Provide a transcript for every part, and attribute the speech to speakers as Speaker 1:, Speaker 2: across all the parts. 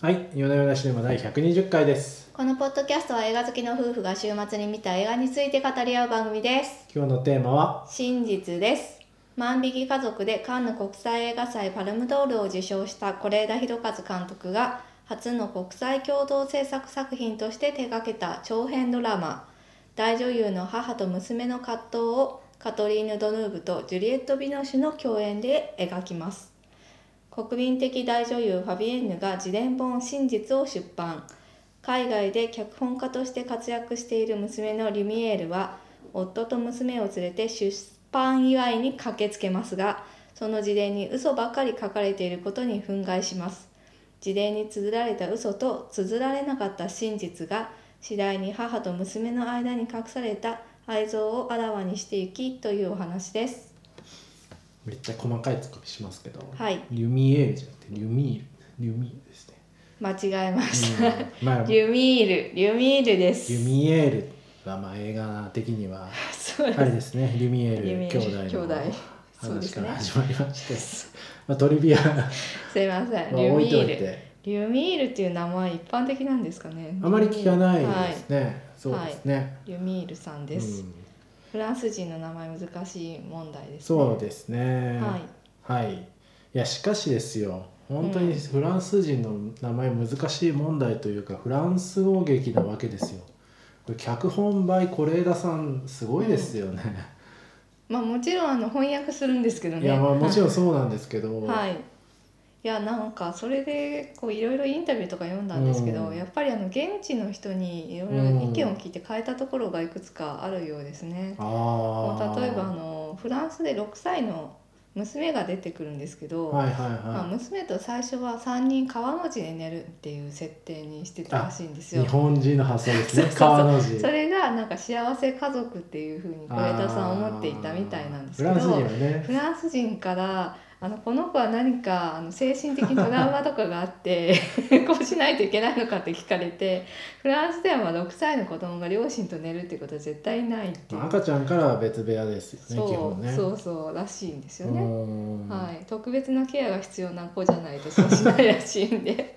Speaker 1: はい、夜な夜なシネマ第120回です。
Speaker 2: このポッドキャストは映画好きの夫婦が週末に見た映画について語り合う番組です。
Speaker 1: 今日のテーマは、
Speaker 2: 真実です。万引き家族でカンヌ国際映画祭パルムドールを受賞した是枝裕和監督が初の国際共同制作作品として手掛けた長編ドラマ大女優の母と娘の葛藤をカトリーヌ・ドヌーブとジュリエット・ビノシュの共演で描きます国民的大女優ファビエンヌが自伝本「真実」を出版海外で脚本家として活躍している娘のリュミエールは夫と娘を連れて出版祝いに駆けつけますがその自伝に嘘ばかり書かれていることに憤慨します自伝に綴られた嘘と綴られなかった真実が次第に母と娘の間に隠された愛憎をあらわにしていきというお話です
Speaker 1: めっちゃ細かいツッコミしますけど、
Speaker 2: はい
Speaker 1: リュミエールじゃなくてリュミール、リュミールですね。
Speaker 2: 間違えました、
Speaker 1: うんまあ、リ
Speaker 2: リュミールリュミールです
Speaker 1: ュミエールはまあ映画的には、
Speaker 2: そうです
Speaker 1: あれですね、リュミエール
Speaker 2: リュミエール
Speaker 1: 兄弟の
Speaker 2: 兄弟そうで
Speaker 1: 話
Speaker 2: す
Speaker 1: か
Speaker 2: ね
Speaker 1: ら始まりまして、まあ、トリ ビアは
Speaker 2: すいません、リュ
Speaker 1: 置い
Speaker 2: ミ
Speaker 1: ておい
Speaker 2: ール。
Speaker 1: て、
Speaker 2: リュミールっていう名前一般的なんですかね。
Speaker 1: あまり聞かない
Speaker 2: は
Speaker 1: ですね。そうですね。
Speaker 2: リュミールさんです、
Speaker 1: うん
Speaker 2: フランス人の名前難しい問題です、ね。
Speaker 1: そうですね。
Speaker 2: はい。
Speaker 1: はい、いやしかしですよ本当に
Speaker 2: うん
Speaker 1: フランス人の名前難しい問題というか、フランス語劇なわけですよこれ脚本 by 是枝さんすごいですよね、
Speaker 2: まあもちろんあの翻訳するんですけどね。
Speaker 1: いやまあもちろん
Speaker 2: は
Speaker 1: そうなんですけど、
Speaker 2: い。 はい。いやなんかそれでこういろいろインタビューとか読んだんですけど、
Speaker 1: うん
Speaker 2: やっぱりあの現地の人にいろいろ意見を聞いて変えたところがいくつかあるようですね。
Speaker 1: あ
Speaker 2: も
Speaker 1: あ
Speaker 2: う例えばあのフランスで6歳の娘が出てくるんですけど、
Speaker 1: はいはい
Speaker 2: まあ、
Speaker 1: は
Speaker 2: 娘と最初は3人川の字で寝るっていう設定にしてたらしいんです
Speaker 1: い日
Speaker 2: よ。
Speaker 1: 本人の発想ですね
Speaker 2: そうそうそう
Speaker 1: 川の字
Speaker 2: それがなんか幸せ家族っていうふうに小枝さん思っていたみたいなんですけど
Speaker 1: あーフランス人はね
Speaker 2: フランス人からあのこの子は何かあの精神的トラウマとかがあって こうしないといけないのかって聞かれてフランスではまあ6歳の子供が両親と寝るってことは絶対ないっていう、
Speaker 1: まあ赤ちゃんからは別部屋ですよね基
Speaker 2: そ
Speaker 1: 本
Speaker 2: う
Speaker 1: ね
Speaker 2: そうそうらしいんですよ
Speaker 1: う
Speaker 2: ね。
Speaker 1: ん
Speaker 2: はい、特別なケアが必要な子じゃないとそうしないらしい んで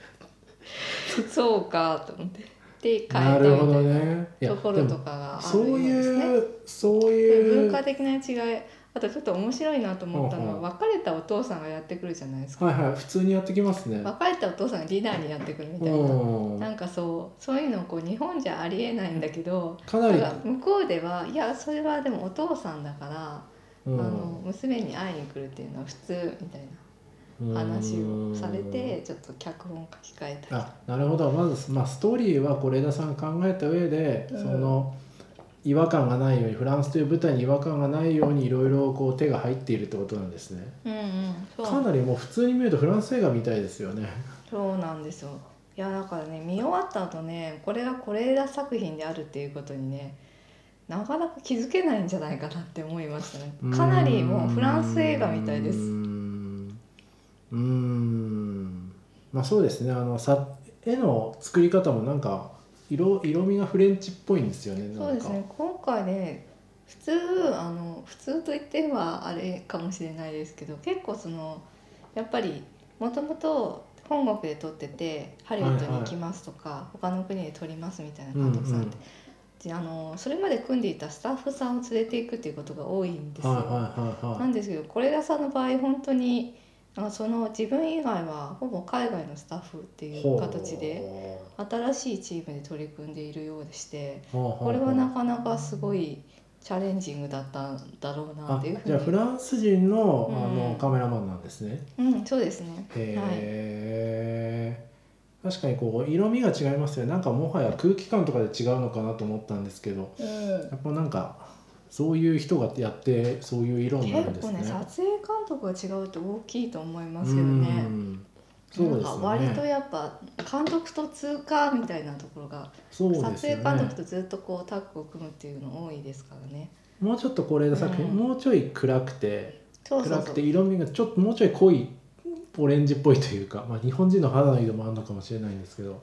Speaker 2: そうかと思ってで変えた
Speaker 1: な
Speaker 2: み
Speaker 1: るほ
Speaker 2: た
Speaker 1: ど
Speaker 2: いな
Speaker 1: ねいや
Speaker 2: ところとかがある
Speaker 1: そう
Speaker 2: ようですね。
Speaker 1: いうそう
Speaker 2: で
Speaker 1: いう
Speaker 2: 文化的な違いあとちょっと面白いなと思った
Speaker 1: ほう
Speaker 2: の
Speaker 1: ほ
Speaker 2: は別れたお父さんがやってくるじゃないですか
Speaker 1: はいはい普通にやってきますね。
Speaker 2: 別れたお父さんがリーダーにやってくるみたいな。
Speaker 1: うん
Speaker 2: なんかそうそういうのこう日本じゃありえないんだけど
Speaker 1: かな
Speaker 2: だか
Speaker 1: り、
Speaker 2: ら向こうではいやそれはでもお父さんだから、
Speaker 1: うん
Speaker 2: あの娘に会いに来るっていうのは普通みたいな話をされて。ちょっと脚本書き換えたり
Speaker 1: あなるほどまず、まあ、ストーリーは是枝さん考えた上で、
Speaker 2: うん
Speaker 1: その違和感がないようにフランスという舞台に違和感がないようにいろいろこう手が入っているってことなんですね。
Speaker 2: うんうんそう
Speaker 1: かなりもう普通に見るとフランス映画みたいですよね。
Speaker 2: そうなんですよいやだからね見終わった後ねこれが是枝作品であるっていうことにねなかなか気づけないんじゃないかなって思いましたねかなりもうフランス映画みたいです
Speaker 1: うーんうーんまあそうですねあのさ絵の作り方もなんか色色味がフレンチっぽいんですよねなんか
Speaker 2: そうですね今回ね普通あの普通と言ってはあれかもしれないですけど結構そのやっぱりもともと本国で撮っててハリウッドに行きますとか、他の国で撮りますみたいな
Speaker 1: うんう
Speaker 2: 監督さんって、
Speaker 1: ん
Speaker 2: であのそれまで組んでいたスタッフさんを連れていくっていうことが多いんですよ。
Speaker 1: はいはいはい
Speaker 2: な
Speaker 1: はい
Speaker 2: んですけど是枝さんの場合本当にあその自分以外はほぼ海外のスタッフっていう形で新しいチームで取り組んでいるようでしてこ
Speaker 1: こ
Speaker 2: れはなかなかすごいチャレンジングだったんだろうなっ
Speaker 1: あ
Speaker 2: ていうふ
Speaker 1: じゃあフ
Speaker 2: うに
Speaker 1: ランス人の,、
Speaker 2: うん
Speaker 1: あのカメラマンなんですね。
Speaker 2: うんそうですねはい
Speaker 1: へえ、確かにこう色味が違いますよねなんかもはや空気感とかで違うのかなと思ったんですけど
Speaker 2: うん
Speaker 1: やっぱなんかそういう人がやってそういう色になるん
Speaker 2: 結
Speaker 1: です
Speaker 2: 構
Speaker 1: ね。
Speaker 2: ね撮影監督が違うって大きいと思いますよね
Speaker 1: う。んそうです
Speaker 2: なんか
Speaker 1: よ
Speaker 2: 割と
Speaker 1: ね。
Speaker 2: やっぱ監督と通過みたいなところが、
Speaker 1: そう
Speaker 2: 撮
Speaker 1: です
Speaker 2: 影
Speaker 1: よ
Speaker 2: 監
Speaker 1: ね
Speaker 2: 督。とずっとこうタッグを組むっていうの多いですからね。
Speaker 1: もうちょっとこれ作品、
Speaker 2: うん
Speaker 1: もうちょい暗くて
Speaker 2: そうそう
Speaker 1: 暗
Speaker 2: そ
Speaker 1: く
Speaker 2: う
Speaker 1: て。色味がちょっともうちょい濃いオレンジっぽいというか、まあ、日本人の肌の色もあるのかもしれないんですけど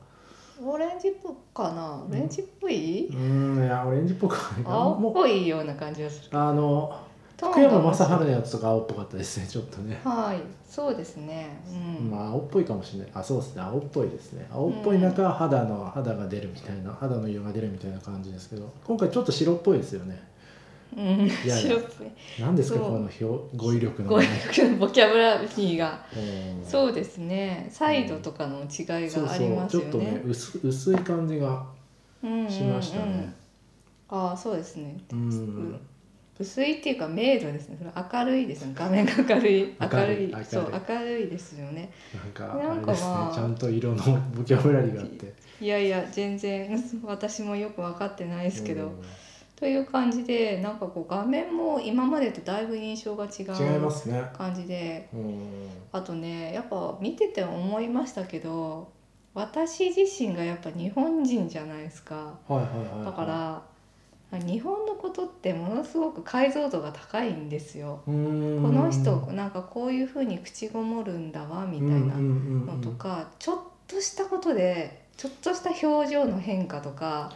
Speaker 2: オレンジっぽいかな。オレンジっぽ
Speaker 1: う
Speaker 2: い？
Speaker 1: ーんいやオレンジっぽくはないかな
Speaker 2: 青っ
Speaker 1: もう
Speaker 2: ぽいような感じがする。
Speaker 1: あの
Speaker 2: トーンが
Speaker 1: 福山雅治のやつとか青っぽかったですねちょっとね、
Speaker 2: はいそうですねうん、
Speaker 1: まあ青っぽいかもしれないあそうですね青っぽいですね青っぽい中、肌の肌が出るみたいな肌の色が出るみたいな感じですけど今回ちょっと白っぽいですよね
Speaker 2: うん、
Speaker 1: やいや
Speaker 2: 白っぽい
Speaker 1: 何ですか
Speaker 2: そう
Speaker 1: この表語彙力の
Speaker 2: 語彙
Speaker 1: ね
Speaker 2: 力のボキャブラリーが
Speaker 1: うん
Speaker 2: そうですねサイドとかの違い
Speaker 1: そう
Speaker 2: があ
Speaker 1: そ
Speaker 2: り
Speaker 1: う
Speaker 2: ます
Speaker 1: ちょ
Speaker 2: よ
Speaker 1: っとね
Speaker 2: ね
Speaker 1: 薄薄い感じが
Speaker 2: うんうんうん
Speaker 1: しましたね
Speaker 2: ああそうですね
Speaker 1: うん、
Speaker 2: 薄いっていうか明度ですねそれ明るいですね画面が明るい
Speaker 1: 明
Speaker 2: 明
Speaker 1: る
Speaker 2: る
Speaker 1: い
Speaker 2: い
Speaker 1: 明るい
Speaker 2: そう明るいですよね
Speaker 1: なんか
Speaker 2: な
Speaker 1: あれ
Speaker 2: んか
Speaker 1: ですね
Speaker 2: まあ
Speaker 1: ちゃんと色のボキャブラリーがあって
Speaker 2: いやいや全然 私もよく分かってないですけど、
Speaker 1: うん
Speaker 2: という感じでなんかこう画面も今までとだいぶ印象が違
Speaker 1: 違いうますね
Speaker 2: 感じで
Speaker 1: うん
Speaker 2: あとねやっぱ見てて思いましたけど私自身がやっぱ日本人じゃないですか
Speaker 1: はいはいはいはい
Speaker 2: だから日本のことってものすごく解像度が高いんですよ。
Speaker 1: こ
Speaker 2: この
Speaker 1: の
Speaker 2: 人なんかこういう風に口ごもるんだわみたいなのとかちょっとしたことでちょっとした表情の変化とか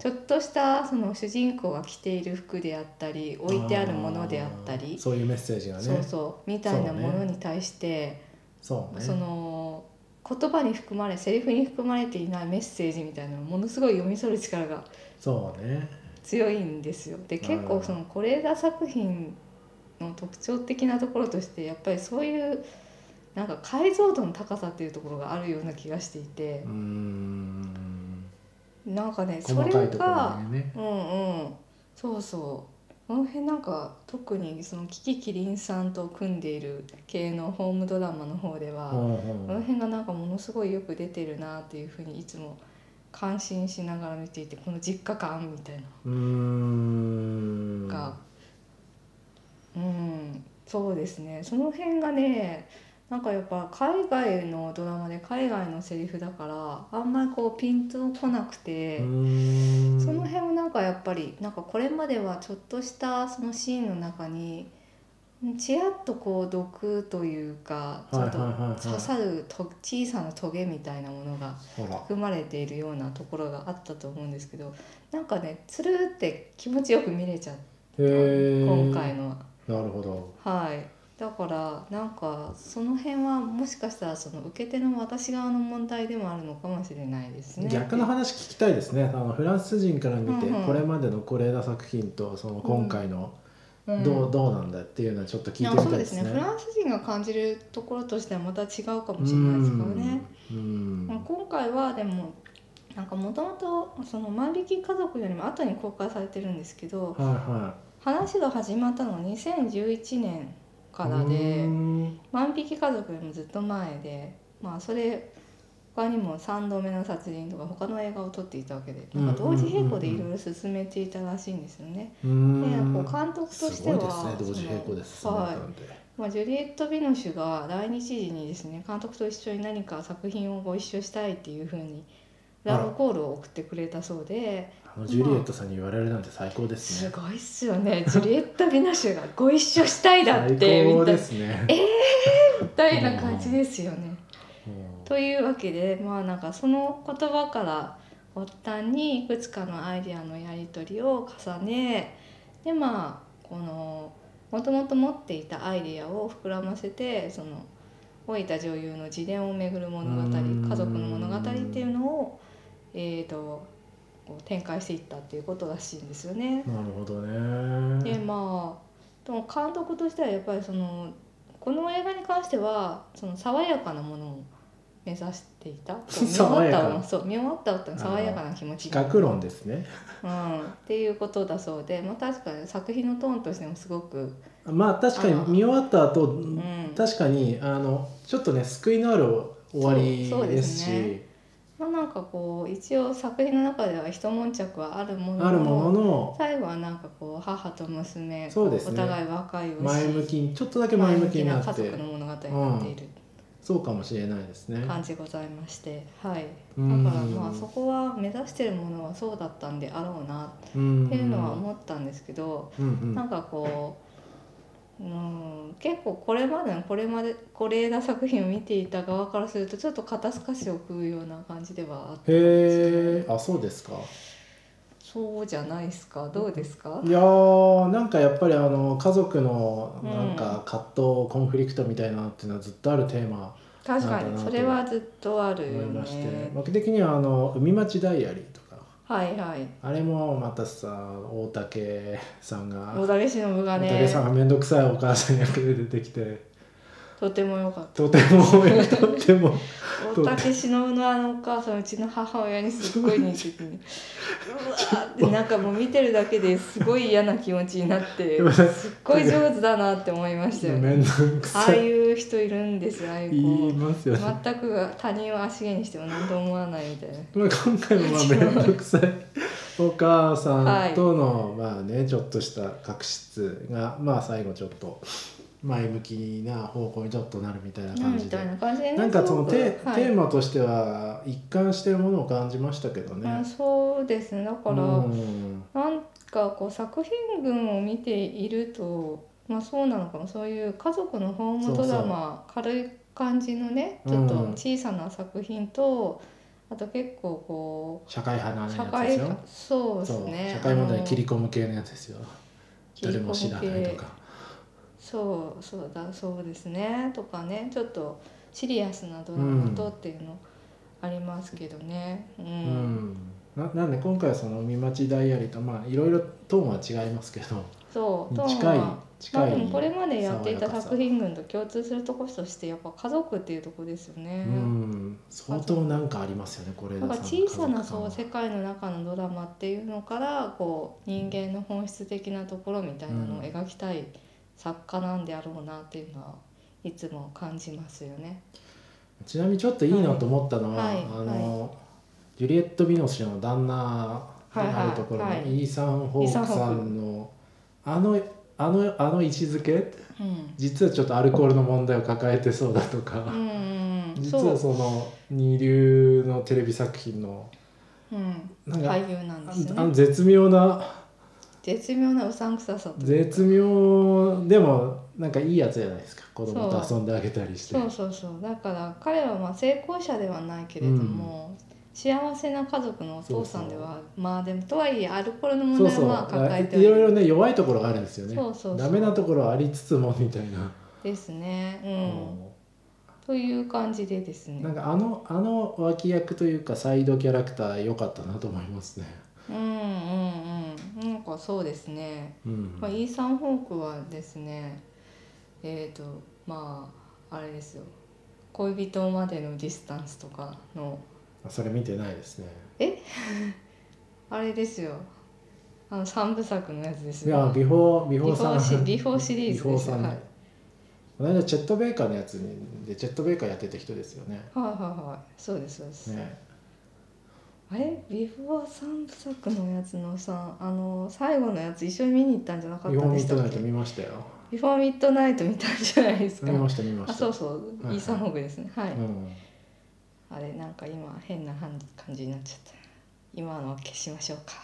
Speaker 2: ちょっとしたその主人公が着ている服であったり置いてあるものであったり
Speaker 1: そういうメッセージがね
Speaker 2: そうそうみたいなも
Speaker 1: そう
Speaker 2: の
Speaker 1: ね
Speaker 2: に対して
Speaker 1: そうね
Speaker 2: その言葉に含まれセリフに含まれていないメッセージみたいなのをものすごい読み取る力が
Speaker 1: そうね
Speaker 2: 強いんですよ。で結構その是枝作品の特徴的なところとしてやっぱりそういうなんか解像度の高さっていうところがあるような気がしていて
Speaker 1: うーん
Speaker 2: なんかねそ
Speaker 1: 細
Speaker 2: れ
Speaker 1: かいところ
Speaker 2: が
Speaker 1: にね
Speaker 2: うんうんそうそうこの辺なんか特にそのキキキリンさんと組んでいる系のホームドラマの方では、
Speaker 1: うん
Speaker 2: こ
Speaker 1: う
Speaker 2: の
Speaker 1: ん
Speaker 2: 辺がなんかものすごいよく出てるなっていうふうにいつも感心しながら見ていてこの実家感みたいな
Speaker 1: うーん
Speaker 2: のがうん、そうですねその辺がねなんかやっぱ海外のドラマで海外のセリフだからあんまりこうピンとこなくて。
Speaker 1: うーん
Speaker 2: その辺をなんかやっぱりなんかこれまではちょっとしたそのシーンの中にちやっとこう毒というかちょっと
Speaker 1: はいはいはいはい
Speaker 2: 刺さると小さなトゲみたいなものが
Speaker 1: ほら
Speaker 2: 含まれているようなところがあったと思うんですけどなんかねつるって気持ちよく見れちゃっ
Speaker 1: へ
Speaker 2: た
Speaker 1: ー
Speaker 2: 今回のは
Speaker 1: なるほど
Speaker 2: はいだからなんかその辺はもしかしたらその受け手の私側の問題でもあるのかもしれないですね。
Speaker 1: 逆の話聞きたいですねあのフランス人から見て、
Speaker 2: うんうん
Speaker 1: これまでの是枝作品とその今回の
Speaker 2: うん
Speaker 1: どう,、どうなんだっていうのはちょっと聞いてみ
Speaker 2: あ
Speaker 1: たい
Speaker 2: そ
Speaker 1: うで
Speaker 2: ですす
Speaker 1: ね。
Speaker 2: ねフランス人が感じるところとしてはまた違うかもしれないですからね、
Speaker 1: うんう
Speaker 2: まあ
Speaker 1: ん
Speaker 2: 今回はでもなんかもともとその万引き家族よりも後に公開されてるんですけど
Speaker 1: は
Speaker 2: 話が始まったのは2011年
Speaker 1: い
Speaker 2: か
Speaker 1: は
Speaker 2: ら
Speaker 1: い。
Speaker 2: で
Speaker 1: うん
Speaker 2: 万引き家族よりもずっと前でまあそれ他にも「3度目の殺人」とか他の映画を撮っていたわけでなんか同時並行でいろいろ進めていたらしいんですよね。
Speaker 1: う
Speaker 2: で
Speaker 1: ん
Speaker 2: こう監督と
Speaker 1: す
Speaker 2: して
Speaker 1: ごい
Speaker 2: は
Speaker 1: ですね同時並行です
Speaker 2: そのはい
Speaker 1: なんで
Speaker 2: まあ、ジュリエット・ビノシュが来日時にですね監督と一緒に何か作品をご一緒したいっていうふうにラブコールを送ってくれたそうで
Speaker 1: あのジュリエットさんに言われるなんて最高です
Speaker 2: す
Speaker 1: ね。
Speaker 2: ごいっすよねジュリエット・ビノシュがご一緒したいだって
Speaker 1: 最
Speaker 2: み
Speaker 1: 高
Speaker 2: た
Speaker 1: で
Speaker 2: い
Speaker 1: すね。
Speaker 2: みたいな感じですよね。
Speaker 1: うん
Speaker 2: というわけでまあなんかその言葉から発端にいくつかのアイデアのやり取りを重ねでまあこのもともと持っていたアイデアを膨らませてその老いた女優の自伝をめぐる物
Speaker 1: う
Speaker 2: 語
Speaker 1: ーん
Speaker 2: 家族の物語っていうのを、えー、とこう展開していったっていうことらしいんですよね。
Speaker 1: なるほど
Speaker 2: で
Speaker 1: ね。
Speaker 2: まあでも監督としてはやっぱりそのこの映画に関してはその爽やかなものを目指していた
Speaker 1: 爽やか
Speaker 2: 見終わったそう見終わった後に爽やかな気持ち
Speaker 1: 比較論ですね。
Speaker 2: うん、っていうことだそうで、まあ、確かに作品のトーンとしてもすごく、
Speaker 1: まあ確かに
Speaker 2: あの
Speaker 1: 見終わった後、
Speaker 2: うん
Speaker 1: 確かにあのちょっとね救いのある終わり
Speaker 2: そうそう
Speaker 1: で
Speaker 2: ですす
Speaker 1: し
Speaker 2: ねまあ、なんかこう一応作品の中では一悶着はあるものの
Speaker 1: あるものの
Speaker 2: 最後はなんかこう母と娘
Speaker 1: そうですね
Speaker 2: お互い和解をし
Speaker 1: 前向きにちょっとだけ前向きにな
Speaker 2: 前
Speaker 1: って
Speaker 2: 向きな家族の物語になっている
Speaker 1: そうかもしれないですね。
Speaker 2: 感じございまして、はい、
Speaker 1: う
Speaker 2: だ
Speaker 1: ん
Speaker 2: からまあそこは目指してるものはそうだったんであろうな
Speaker 1: てい
Speaker 2: っていううのは思ったんですけど、
Speaker 1: うんうん
Speaker 2: なんかこう、うん、結構これまでのこれまで是枝作品を見ていた側からするとちょっと肩透かしを食うような感じではあっ
Speaker 1: へえあそうですか
Speaker 2: そそうじゃないですかどうですか、
Speaker 1: いやーなんかやっぱりあの家族の
Speaker 2: うん
Speaker 1: なんか葛藤、コンフリクトみたいなのっていうのはずっとあるテーマ
Speaker 2: 確か
Speaker 1: なんか
Speaker 2: に
Speaker 1: な
Speaker 2: そ
Speaker 1: と
Speaker 2: れはずっとある
Speaker 1: 思
Speaker 2: よ
Speaker 1: いまして、
Speaker 2: ね
Speaker 1: 僕的にはあの「海町ダイアリー」とか
Speaker 2: はいはい
Speaker 1: あれもまたさ大竹さんが
Speaker 2: 大竹しのぶが
Speaker 1: 大竹
Speaker 2: ね
Speaker 1: さんが面倒くさいお母さん役で出てきて
Speaker 2: とても良かっ
Speaker 1: とてもとても
Speaker 2: た大竹しのぶのあのお母さんうちの母親にすっごい似てて ねうわーってなんかもう見てるだけですごい嫌な気持ちになってすっごい上手だなって思いました よね
Speaker 1: 面倒く
Speaker 2: ああ
Speaker 1: さい
Speaker 2: いう人いるんですよああいう
Speaker 1: 言い
Speaker 2: 子
Speaker 1: ますよね。
Speaker 2: 全くが他人を足毛にしても何とも思わないみたいな
Speaker 1: まあ、今回もまあ面倒く さいお母さんとの、まあねちょっとした確執がまあ最後ちょっと前向きな方向にちょっとなるみたいな感
Speaker 2: み
Speaker 1: じで
Speaker 2: たいな感じでね
Speaker 1: なんかその
Speaker 2: す
Speaker 1: テ,、
Speaker 2: ごくはい
Speaker 1: テーマとしては一貫してるものを感じましたけど
Speaker 2: あ
Speaker 1: ね。
Speaker 2: そうですねだから、
Speaker 1: うん
Speaker 2: なんかこう作品群を見ていると、まあ、そうなのかもそういう家族のホームドラマ軽い感じのねちょっと
Speaker 1: うん
Speaker 2: 小さな作品と、あと結構こ
Speaker 1: 社会派
Speaker 2: う
Speaker 1: な
Speaker 2: 社
Speaker 1: やつです
Speaker 2: 会
Speaker 1: よ。
Speaker 2: そうです
Speaker 1: そう
Speaker 2: ね
Speaker 1: 社会問題
Speaker 2: あ
Speaker 1: に
Speaker 2: の
Speaker 1: 切り込む系のやつですよ。
Speaker 2: 切り
Speaker 1: 誰
Speaker 2: 込む
Speaker 1: も知らないと
Speaker 2: 系
Speaker 1: か。
Speaker 2: そうそうだそうですねとかねちょっとシリアスなドラマとっていうのありますけどねうん、
Speaker 1: うん。ななんで今回はその海町ダイアリーとまあいろいろトーンは違いますけど。
Speaker 2: そうと
Speaker 1: 近い
Speaker 2: まあ
Speaker 1: 近
Speaker 2: で
Speaker 1: い、
Speaker 2: もこれまでやってい
Speaker 1: 爽
Speaker 2: た
Speaker 1: やかさ
Speaker 2: 作品群と共通するところとしてやっぱ家族っていうところですよ
Speaker 1: う
Speaker 2: ね。
Speaker 1: ん相当なんかありますよねこれ
Speaker 2: なんか小さなそう世
Speaker 1: う
Speaker 2: 界の中のドラマっていうのからこう人間の本質的なところみたいなのを描きたい作家なんであろうなっていうのはいつも感じますよね。
Speaker 1: ちなみにちょっといいなと思ったのは、
Speaker 2: はいはい
Speaker 1: あの、ジュリエット・ヴィノス氏の旦那であるところの、
Speaker 2: はいはいはい
Speaker 1: イーサン・ホークさんのあのあのあの位置づけ
Speaker 2: うん、
Speaker 1: 実はちょっとアルコールの問題を抱えてそうだとか、
Speaker 2: うんうんうん、
Speaker 1: 実
Speaker 2: そ
Speaker 1: は
Speaker 2: う、
Speaker 1: その二流のテレビ作品の
Speaker 2: うん、
Speaker 1: なんか、
Speaker 2: 俳優なんです
Speaker 1: あの
Speaker 2: ね。
Speaker 1: 絶妙な
Speaker 2: 絶妙なうさんくささというか
Speaker 1: 絶妙でもなんかいいやつじゃないですか子供と遊んであげたりして。
Speaker 2: そうそうそうだから彼はまあ成功者ではないけれども、幸せな家族のお父さんではまあでもとはいえアルコールの問
Speaker 1: そう
Speaker 2: 題
Speaker 1: そ
Speaker 2: は
Speaker 1: う、
Speaker 2: まあ抱えて
Speaker 1: い
Speaker 2: お
Speaker 1: ろい
Speaker 2: る
Speaker 1: ろね弱いところがあるんですよね
Speaker 2: そうそうそう
Speaker 1: ダメなところはありつつもみたいな、
Speaker 2: ですね。うん、
Speaker 1: も
Speaker 2: という感じでです
Speaker 1: う
Speaker 2: ね
Speaker 1: なん。かあのあの脇役というかサイドキャラクター良かったなと思いますね、
Speaker 2: うんうんうんなんかそうですね。
Speaker 1: うん
Speaker 2: まあ、イーサン・ホークはですねえー、とまああれですよ恋人までのディスタンスとかの
Speaker 1: それ見てないですね
Speaker 2: あれですよあの三部作のやつです
Speaker 1: い
Speaker 2: ね。
Speaker 1: やビフォービ
Speaker 2: ビ
Speaker 1: フ
Speaker 2: フ
Speaker 1: ォー
Speaker 2: ォ
Speaker 1: さ
Speaker 2: ーシ
Speaker 1: ん
Speaker 2: ビフォーシリーズです
Speaker 1: ビフォーさ
Speaker 2: よ
Speaker 1: ん
Speaker 2: はい
Speaker 1: ねこの間チェット・ベイカーのやつにでチェット・ベイカーやってた人ですよね
Speaker 2: はいはいはいそうですそうです、
Speaker 1: ね
Speaker 2: あれビフォー三部作のやつのさあの最後のやつ一緒に見に行ったんじゃなかっ
Speaker 1: ビフ
Speaker 2: た
Speaker 1: ォー
Speaker 2: んで
Speaker 1: ミ
Speaker 2: し
Speaker 1: ッ
Speaker 2: た
Speaker 1: ドナ
Speaker 2: っ
Speaker 1: イ
Speaker 2: け
Speaker 1: ト見ましたよ
Speaker 2: ビフォーミッドナイト見たんじゃないですか
Speaker 1: 見ました見ま
Speaker 2: あ
Speaker 1: した
Speaker 2: そうそう、
Speaker 1: はいはい
Speaker 2: イーサン・ホークですねはい、
Speaker 1: うん、
Speaker 2: あれなんか今変な感じになっちゃった今のは消しましょうか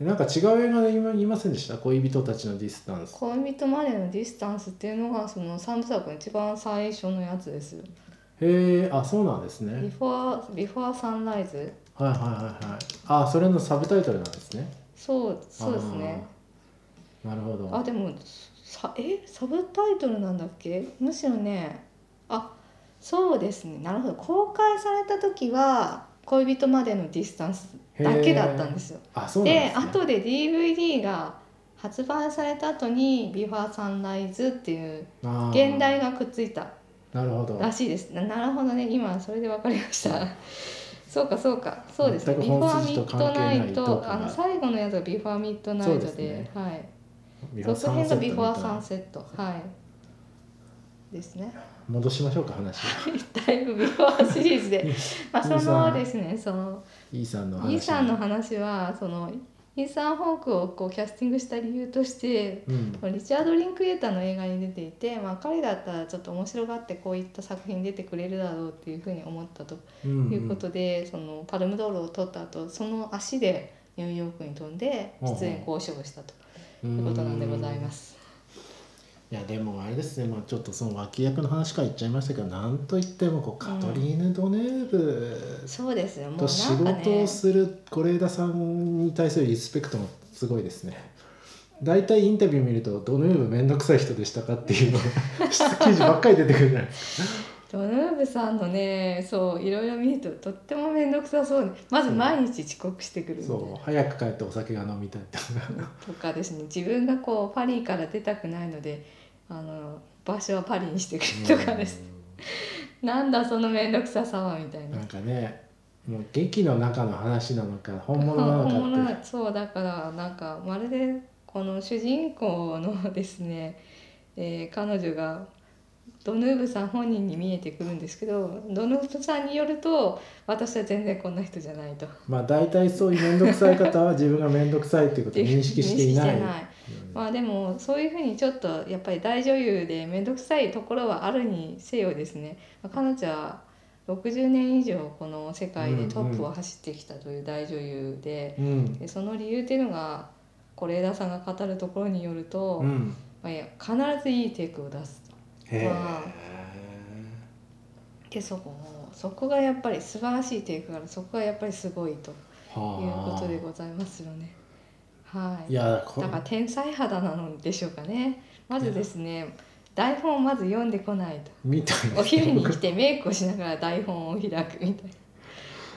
Speaker 1: なんか違う映画で言いま言いませんでした恋人たちのディスタンス
Speaker 2: 恋人までのディスタンスっていうのがその三部作の一番最初のやつですよ
Speaker 1: へえあそうなんですね
Speaker 2: ビフォービフォーサンライズ
Speaker 1: はいはいはいはい。あ、それのサブタイトルなんですね。
Speaker 2: そうそうですね
Speaker 1: あー。なるほど。。
Speaker 2: あでもさえサブタイトルなんだっけむしろねあそうですねなるほど公開された時は恋人までのディスタンスだけだったんですすよ
Speaker 1: あ、そう
Speaker 2: で
Speaker 1: なんです、ね。
Speaker 2: 後で DVD が発売された後に「ビファーサンライズ」っていう
Speaker 1: あー
Speaker 2: 現代。がくっついた
Speaker 1: なるほど。
Speaker 2: らしいですななるほどね今それで分かりましたそうかそうかそうですね
Speaker 1: 全
Speaker 2: ビ
Speaker 1: く
Speaker 2: フォ
Speaker 1: 本
Speaker 2: ー
Speaker 1: 筋
Speaker 2: ミ
Speaker 1: と
Speaker 2: ッ
Speaker 1: 関
Speaker 2: ド
Speaker 1: 係な
Speaker 2: ナ
Speaker 1: い
Speaker 2: イ
Speaker 1: トーク
Speaker 2: ト
Speaker 1: が
Speaker 2: あの最後のやつがビフォーミッドナイ
Speaker 1: そう
Speaker 2: トで
Speaker 1: ですね
Speaker 2: はい
Speaker 1: ビフォー
Speaker 2: 続
Speaker 1: サン
Speaker 2: 編
Speaker 1: セ
Speaker 2: が
Speaker 1: ット
Speaker 2: ビフォー
Speaker 1: みたい
Speaker 2: サ
Speaker 1: な
Speaker 2: ンセットはいですね
Speaker 1: 戻しましょうか話。
Speaker 2: だいぶビフォーシリーズでまあ
Speaker 1: イ
Speaker 2: そ
Speaker 1: ーサ
Speaker 2: の
Speaker 1: ン
Speaker 2: ですねその
Speaker 1: イーさんの話。
Speaker 2: イーサンの。話はそのイーサン・ホークをこうキャスティングした理由として
Speaker 1: うん。
Speaker 2: リチャード・リンクエーターの映画に出ていて、まあ、彼だったらちょっと面白がってこういった作品に出てくれるだろうっていうふうに思ったと
Speaker 1: うんうん、
Speaker 2: いうことで、そのパルムドールを取った後その足でニューヨークに飛んで
Speaker 1: ほうほう
Speaker 2: 出演交渉をしたと
Speaker 1: と。
Speaker 2: いうことなんでございますす。
Speaker 1: いやでもあれですね、まあ、ちょっとその脇役の話から言っちゃいましたけどなんといってもこうカトリーヌ・ドネーブ
Speaker 2: そうですよもう
Speaker 1: と
Speaker 2: なん
Speaker 1: 仕
Speaker 2: か
Speaker 1: 事
Speaker 2: ね
Speaker 1: をする是枝さんに対するリスペクトもすごいですね。大体インタビュー見ると「ドヌーブ面倒くさい人でしたか?」っていうの が質記事ばっかり出てくるじゃないですか。
Speaker 2: ドヌーブさんのねそういろいろ見るととっても面倒くさそうねまず毎日遅刻してくるみたいな
Speaker 1: そう早く帰ってお酒が飲みたいって
Speaker 2: とかですね自分がこうパリから出たくないのであの場所はパリにしてくるとかです、なんだその面倒くささはみたい
Speaker 1: うん
Speaker 2: な
Speaker 1: なんかねもう劇の中の話なのか本物な
Speaker 2: 本物
Speaker 1: のかって
Speaker 2: はそうだからなんかまるでこの主人公のですね、えー彼女がドヌーブさん本人に見えてくるんですけどドヌーブさんによると私は全然こんな人じゃないと
Speaker 1: まあ大体そういう面倒くさい方は自分が面倒くさいっていうことを認識していな
Speaker 2: 認
Speaker 1: い。
Speaker 2: 識
Speaker 1: うん
Speaker 2: まあでもそういうふうにちょっとやっぱり大女優で面倒くさいところはあるにせよですね、まあ、彼女は60年以上この世界でトップを走ってきたという大女優で,、
Speaker 1: うん、
Speaker 2: でその理由っていうのが是枝さんが語るところによると、
Speaker 1: うん、
Speaker 2: まあ、いや必ずいいテイクを出すと
Speaker 1: へえ、
Speaker 2: まあでそこそこがやっぱり素晴らしいテイクがあるそこがやっぱりすごいという
Speaker 1: はあ
Speaker 2: ことでございますよね。はい
Speaker 1: いやこ
Speaker 2: だから天才肌なのでしょうかねまずですね台本をまず読んでこないと
Speaker 1: みたいな
Speaker 2: お昼に来てメイクをしながら台本を開くみたい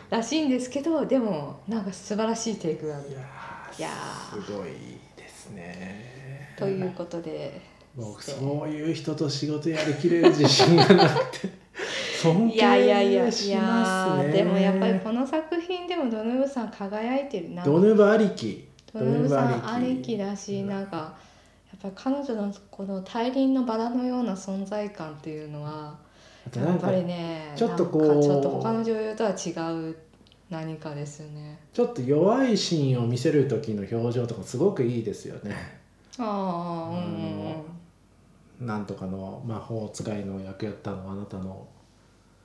Speaker 2: ならしいんですけどでもなんか素晴らしいテイクがある
Speaker 1: いや
Speaker 2: いや
Speaker 1: ーすごいですね
Speaker 2: ということで
Speaker 1: 僕
Speaker 2: して
Speaker 1: そういう人と仕事やりきれる自信がなくて尊敬しま
Speaker 2: いや
Speaker 1: すね
Speaker 2: いやいやいやーでもやっぱりこの作品でもドヌーブさん輝いてるな
Speaker 1: ドヌバありき
Speaker 2: ドヌーブさん
Speaker 1: ドヌ
Speaker 2: あ
Speaker 1: ーブありき
Speaker 2: りきだしなんかやっぱり彼女のこの大輪のバラのような存在感っていうのは
Speaker 1: あとな
Speaker 2: やっ
Speaker 1: んか
Speaker 2: ぱりね
Speaker 1: ちょっとこう
Speaker 2: なんかちょっと他の女優とは違う何かですよね
Speaker 1: ちょっと弱いシーンを見せる時の表情とかすごくいいですよね
Speaker 2: ああうん
Speaker 1: なんとかの魔法使いの役やったのあなたの、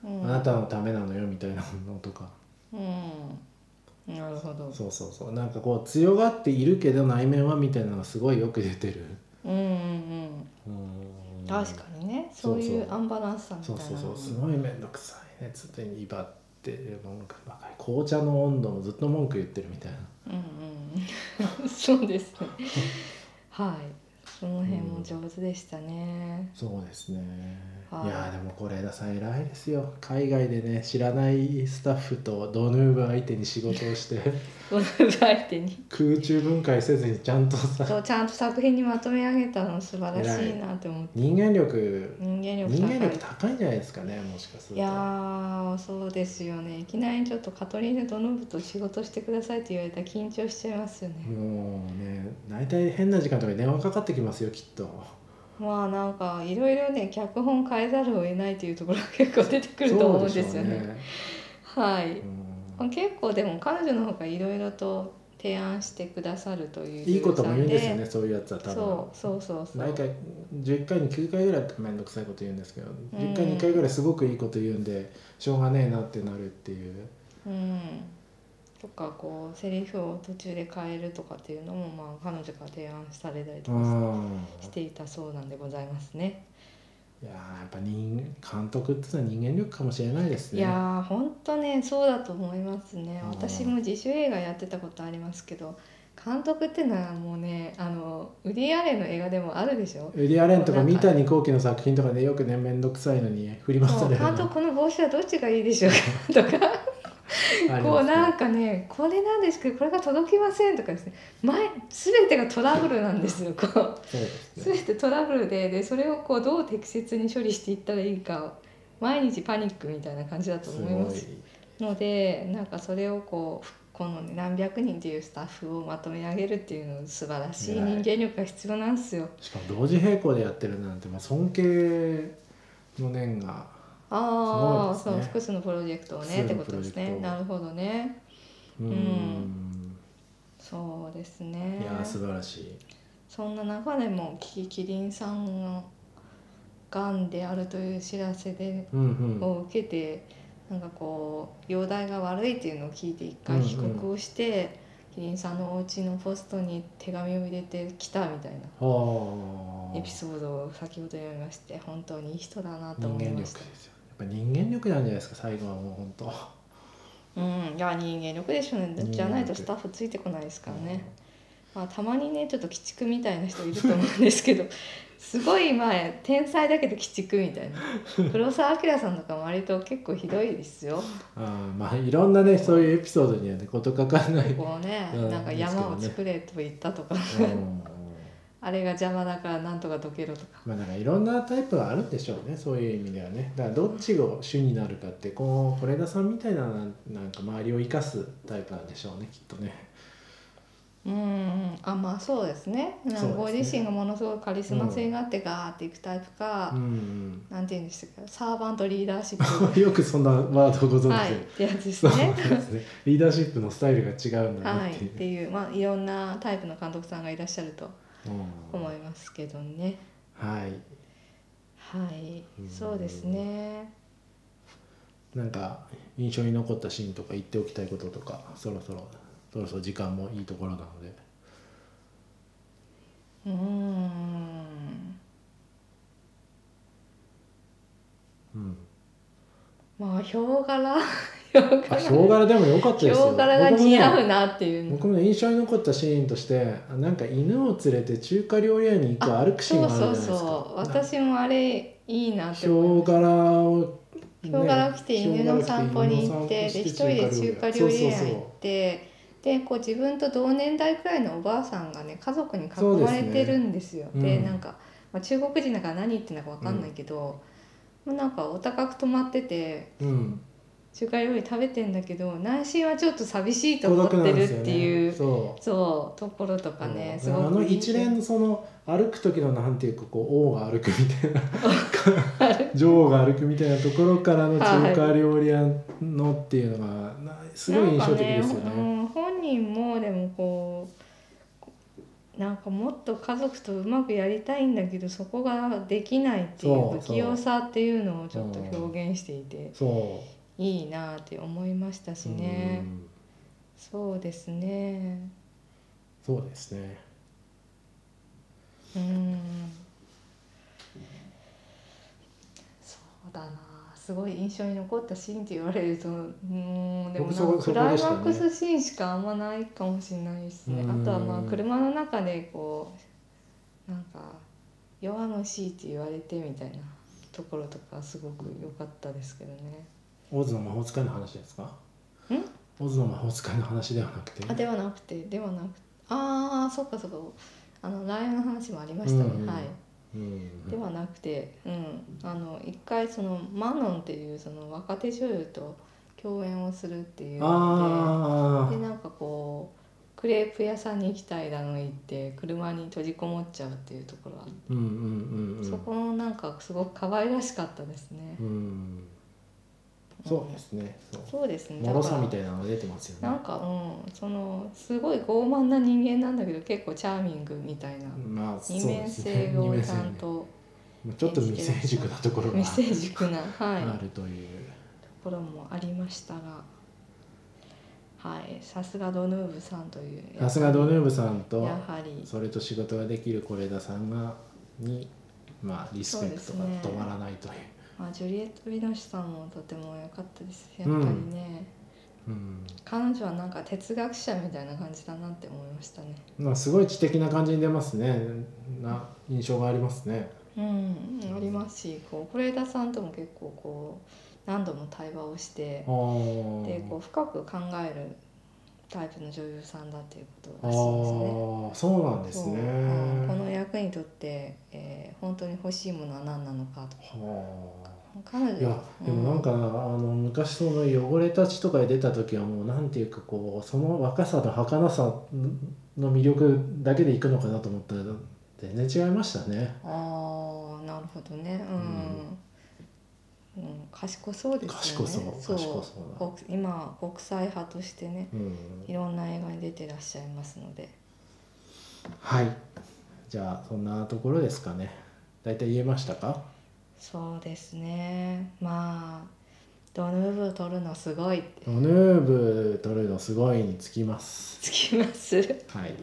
Speaker 2: うんうん
Speaker 1: あなたのためなのよみたいなのとか
Speaker 2: うんなるほど
Speaker 1: そうそうそうなんかこう強がっているけど内面はみたいなのがすごいよく出てる
Speaker 2: うんうんうん
Speaker 1: うん
Speaker 2: 確かにね
Speaker 1: そ
Speaker 2: そう
Speaker 1: そう
Speaker 2: ういうアンバランスさみた
Speaker 1: そ
Speaker 2: いうな
Speaker 1: そうそうすごい面倒くさいね常に威張ってる文句ばかり紅茶の温度もずっと文句言ってるみたいな
Speaker 2: うんうん そうですねはいその辺も上手でしたね
Speaker 1: そうですね
Speaker 2: はい
Speaker 1: いやーでも是枝さん偉いですよ海外でね知らないスタッフとドヌーブ相手に仕事をして
Speaker 2: ドヌーブ相手に
Speaker 1: 空中分解せずにちゃんとさ
Speaker 2: そうちゃんと作品にまとめ上げたの素晴らしいなって思って
Speaker 1: 人間力
Speaker 2: 人間力
Speaker 1: 人
Speaker 2: 高い
Speaker 1: 間力高いんじゃないですかねもしかすると
Speaker 2: いやーそうですよねいきなりちょっとカトリーヌ・ドヌーブと仕事してくださいって言われたら緊張しちゃいますよね、
Speaker 1: もうね大体変な時間とかに電話かかってきますよきっと
Speaker 2: まあなんかいろいろね脚本変えざるを得ないというところが結構出てくると思うんですよね
Speaker 1: そうでしょうね
Speaker 2: はい、
Speaker 1: う
Speaker 2: まあ
Speaker 1: ん
Speaker 2: 結構でも彼女の方がいろいろと提案してくださるという
Speaker 1: いいことも言うんですよね
Speaker 2: ね
Speaker 1: そういうやつは多分
Speaker 2: そうそうそうそう
Speaker 1: 毎回10回に9回ぐらい面倒くさいこと言うんですけど、
Speaker 2: ん
Speaker 1: 10回に1回ぐらいすごくいいこと言うんでしょうがねえなってなるっていう
Speaker 2: うんとかこうセリフを途中で変えるとかっていうのもまあ彼女が提案されたりと
Speaker 1: う
Speaker 2: か
Speaker 1: ん
Speaker 2: していたそうなんでございますね。
Speaker 1: いやーやっぱ人監督ってのは人間力かもしれないです
Speaker 2: い
Speaker 1: ね
Speaker 2: やー本当ねそうだと思いますね
Speaker 1: うん
Speaker 2: 私も自主映画やってたことありますけど監督ってのはもうねあのウディ・アレンの映画でもあるでしょ
Speaker 1: ウディ・アレンとか
Speaker 2: なんか
Speaker 1: 三谷幸喜の作品とかでよくね面倒くさいのに振り回
Speaker 2: も
Speaker 1: さ
Speaker 2: う
Speaker 1: れる
Speaker 2: 監督この帽子はどっちがいいでしょう かとかこうなんかねこれなんですけどこれが届きませんとかですね前全てがトラブルなんですよこう
Speaker 1: そうですね
Speaker 2: 全てトラブルででそれをこうどう適切に処理していったらいいか毎日パニックみたいな感じだと
Speaker 1: す
Speaker 2: 思いま
Speaker 1: ご
Speaker 2: す
Speaker 1: い
Speaker 2: のでなんかそれをこうこのね何百人というスタッフをまとめ上げるっていうのは素晴らしい人
Speaker 1: 偉い
Speaker 2: 間力が必要なんですよ。
Speaker 1: しかも同時並行でやってるなんて、まあ、尊敬の念が
Speaker 2: ああ、
Speaker 1: す
Speaker 2: そ
Speaker 1: ごいうですね
Speaker 2: 複数のプロジェクトをね
Speaker 1: 複数
Speaker 2: って
Speaker 1: の
Speaker 2: こ
Speaker 1: プ
Speaker 2: と
Speaker 1: ロ
Speaker 2: で
Speaker 1: ジェ
Speaker 2: す
Speaker 1: クトを
Speaker 2: ね。なるほどね。
Speaker 1: うん
Speaker 2: そうですね
Speaker 1: い。やー素晴らしい
Speaker 2: そんな中でもキキリンさんのがんであるという知らせで
Speaker 1: うんうん
Speaker 2: を受けてなんかこう容体が悪いっていうのを聞いて一回帰国をして、キリンさんのお家のポストに手紙を入れてきたみたいな
Speaker 1: はあ
Speaker 2: エピソードを先ほど読みまして本当にいい人だなと
Speaker 1: 人
Speaker 2: 思い
Speaker 1: 間力
Speaker 2: ま
Speaker 1: で
Speaker 2: した
Speaker 1: すよやっぱ人間力なんじゃないですか最後はもう本当
Speaker 2: うんいや人間力でしょうねじゃない
Speaker 1: 人
Speaker 2: と
Speaker 1: 間力
Speaker 2: スタッフついてこないですからね、まあ、たまにねちょっと鬼畜みたいな人いると思うんで すけどすごい前天才だけど鬼畜み たいな黒澤明さんとか割と結構ひどいですよ
Speaker 1: あーまあいろんなねそういうエピソードにはね事欠かんない、うん
Speaker 2: こうね
Speaker 1: うん
Speaker 2: なんか山を作れと言ったとか、あれが邪魔だからなんとかどけろとか
Speaker 1: まあなんかいろんなタイプがあるんでしょうねそういう意味ではねだからどっちが主になるかってこう是枝さんみたいななんなんか周りを生かすタイプなんでしょうねきっとね
Speaker 2: うんうんあまあそうですねなん
Speaker 1: そう
Speaker 2: か
Speaker 1: ですね
Speaker 2: ご自身がものすごいカリスマ性があってガーっていくタイプか、
Speaker 1: うん、
Speaker 2: なんて言うんでしたっけサーバントリーダーシッ
Speaker 1: う
Speaker 2: プ
Speaker 1: ん、よく そんなワードをご存知で、
Speaker 2: はいってやつです
Speaker 1: そう
Speaker 2: ね
Speaker 1: ですねリーダーシップのスタイルが違うんだ
Speaker 2: は、
Speaker 1: ないっ
Speaker 2: って
Speaker 1: いう、
Speaker 2: ていう、まあ、いろんなタイプの監督さんがいらっしゃると
Speaker 1: うん
Speaker 2: 思いますけどね。
Speaker 1: はい
Speaker 2: はい
Speaker 1: うん、
Speaker 2: そうですね。
Speaker 1: なんか印象に残ったシーンとか言っておきたいこととかそろそろそろそろ時間もいいところなので
Speaker 2: うーん、
Speaker 1: うん
Speaker 2: まあ、ヒョウ柄、 ヒョウ
Speaker 1: あ
Speaker 2: 柄、
Speaker 1: ヒョウ柄でも良かった
Speaker 2: ヒ
Speaker 1: ですよ
Speaker 2: ョウ柄が似合う
Speaker 1: 僕もね
Speaker 2: なっていう。
Speaker 1: 僕もね印象に残ったシーンとしてあなんか犬を連れて中華料理屋に行く歩くシーン
Speaker 2: そ
Speaker 1: が
Speaker 2: う
Speaker 1: あるじゃない
Speaker 2: そう
Speaker 1: ですか
Speaker 2: そう、私もあれいいなっ
Speaker 1: ヒ
Speaker 2: て思
Speaker 1: ョ
Speaker 2: い
Speaker 1: ウ
Speaker 2: ます。
Speaker 1: 柄を
Speaker 2: ヒョウ柄を着て犬の散歩に行って、で
Speaker 1: ヒ
Speaker 2: 一人
Speaker 1: ョウ柄を
Speaker 2: で
Speaker 1: 着て
Speaker 2: 中華料理屋
Speaker 1: そうそう
Speaker 2: 行って。でこう自分と同年代くらいのおばあさんがね家族に囲まれてるんですよ。
Speaker 1: そうですね
Speaker 2: で
Speaker 1: うん
Speaker 2: なんか、まあ、中国人だから何言ってんだかわかんないけど、もうなんかお高く泊まってて
Speaker 1: そううん
Speaker 2: 中華料理食べてんだけど内心はちょっと寂しいと
Speaker 1: 孤
Speaker 2: 思っ
Speaker 1: 独なん
Speaker 2: て
Speaker 1: で
Speaker 2: る
Speaker 1: すよ
Speaker 2: ってい
Speaker 1: ね
Speaker 2: う、
Speaker 1: そう
Speaker 2: そうところとかね、す
Speaker 1: うんあ
Speaker 2: ご
Speaker 1: の
Speaker 2: くいい
Speaker 1: 一連のその歩く時のなんていうかこう王が歩くみたいな
Speaker 2: ある
Speaker 1: 女王が歩くみたいなところからの中華料理屋のっていうのがなすごい印象的ですよ
Speaker 2: なんか
Speaker 1: ね。
Speaker 2: うん、本人もでもこうなんかもっと家族とうまくやりたいんだけどそこができないってい
Speaker 1: そうう
Speaker 2: 不
Speaker 1: そう
Speaker 2: 器用さっていうのをちょっと表現していて
Speaker 1: そ
Speaker 2: いいなって思いましたし
Speaker 1: う、
Speaker 2: ね、
Speaker 1: うん
Speaker 2: そうですね
Speaker 1: そうですね。
Speaker 2: うんそうだなすごい印象に残ったシーンって言われるとうんでも
Speaker 1: 僕
Speaker 2: な
Speaker 1: そこ
Speaker 2: んか
Speaker 1: そこ
Speaker 2: クラ
Speaker 1: で
Speaker 2: イ
Speaker 1: し
Speaker 2: マ
Speaker 1: たね
Speaker 2: ックスシーンしかあんまないかもしれないですね
Speaker 1: うん
Speaker 2: あとはまあ車の中でこうなんか「弱虫」って言われてみたいなところとかすごく良かったですけどね。
Speaker 1: オズの魔法使いの話ですか？オズの魔法使いの話ではなくて。
Speaker 2: あではなくてではなくああそっかそっかあのライオンの話もありましたね、
Speaker 1: うん
Speaker 2: はい。
Speaker 1: うん、
Speaker 2: ではなくて、うん、あの一回そのマノンっていうその若手女優と共演をするっていうの
Speaker 1: あ
Speaker 2: ででなんかこうクレープ屋さんに行きたいだの行って車に閉じこもっちゃうっていうところがあって、
Speaker 1: あ、うんうんうんうん。
Speaker 2: そこのなんかすごく可愛らしかったですね。
Speaker 1: うん、そうですね。そう。
Speaker 2: そうですね
Speaker 1: もろさみ
Speaker 2: だか
Speaker 1: たいなのが出てますよ
Speaker 2: らな
Speaker 1: ね
Speaker 2: ん。かうんそのすごい傲慢な人間なんだけど結構チャーミングみたいな
Speaker 1: まあ、
Speaker 2: 二
Speaker 1: そう
Speaker 2: 面
Speaker 1: ですね
Speaker 2: 性をちゃん。と
Speaker 1: 二面性ねちょっと未成熟なところが
Speaker 2: 未成熟なはい。
Speaker 1: あるという。
Speaker 2: ところもありましたが、はい、さすがドヌーブさんという
Speaker 1: さすがドヌーブさんと
Speaker 2: やはり
Speaker 1: それと仕事ができる是枝さんがに、まあ、リスペクトが止まらないという
Speaker 2: まあ、ジュリエット・ヴィノシュさんもとても良かったですやっ
Speaker 1: う
Speaker 2: ぱ
Speaker 1: ん
Speaker 2: りね、
Speaker 1: うん
Speaker 2: 彼女はなんか哲学者みたいな感じだなって思いましたね
Speaker 1: まあ、すごい知的な感じに出ますねな印象がありますね。
Speaker 2: うんありますしこう是枝さんとも結構こう何度も対話をして
Speaker 1: あー
Speaker 2: でこう深く考えるタイプの女優さんだっていうこ
Speaker 1: あ
Speaker 2: とらしいですね。
Speaker 1: ーそうなんですね。
Speaker 2: そううんこの役にとって、えー本当に欲しいものは何なのかとか
Speaker 1: はあ
Speaker 2: 彼女
Speaker 1: いやでもなんか、あの昔その汚れたちとかで出た時はもうなんていうかこうその若さの儚さの魅力だけでいくのかなと思ったら全然違いましたね。
Speaker 2: うんああなるほどねうん、うん賢そうですよ
Speaker 1: 賢
Speaker 2: ね
Speaker 1: そう賢そうだ。
Speaker 2: 国今国際派としてね
Speaker 1: うん
Speaker 2: いろんな映画に出てらっしゃいますので
Speaker 1: はい。じゃあそんなところですかね。だいたい言えましたか？
Speaker 2: そうですねまあドヌーブ取るのすごいって
Speaker 1: ドヌーブ取るのすごいにつきます
Speaker 2: つきます。
Speaker 1: はい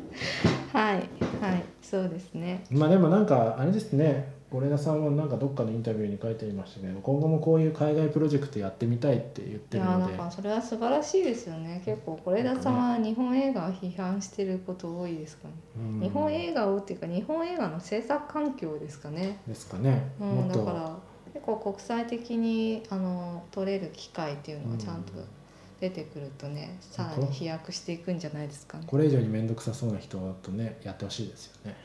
Speaker 2: はいはいそうですね。
Speaker 1: まあでもなんかあれですねゴレナさんはなんかどっかのインタビューに書いていましたけど今後もこういう海外プロジェクトやってみたいって言っ
Speaker 2: い
Speaker 1: てる
Speaker 2: やな
Speaker 1: の
Speaker 2: ん
Speaker 1: で
Speaker 2: かそれは素晴らしいですよね。結構是枝さんは日本映画を批判してること多いですかね。
Speaker 1: うん
Speaker 2: 日本映画をっていうか日本映画の制作環境ですかね。
Speaker 1: ですかね、
Speaker 2: うん、
Speaker 1: もっ
Speaker 2: だ
Speaker 1: と
Speaker 2: から結構国際的にあの取れる機会っていうのがちゃんと
Speaker 1: うん
Speaker 2: 出てくるとね、さらに飛躍していくんじゃないですかね。
Speaker 1: これ以上に面倒くさそうな人とねやってほしいですよ ね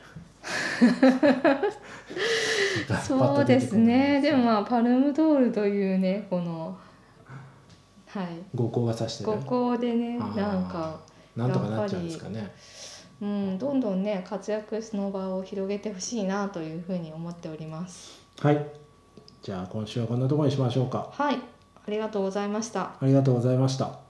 Speaker 2: そうですね。でも
Speaker 1: あ
Speaker 2: まあパルムドールというねこのはい
Speaker 1: 五行が指してる
Speaker 2: ここでね
Speaker 1: あー
Speaker 2: なんか
Speaker 1: なんとかなっちゃうんですかね
Speaker 2: うんどんどんね活躍の場を広げてほしいなというふうに思っております。
Speaker 1: はいじゃあ今週はこんなところにしましょうか
Speaker 2: はい、ありがとうございました。
Speaker 1: ありがとうございました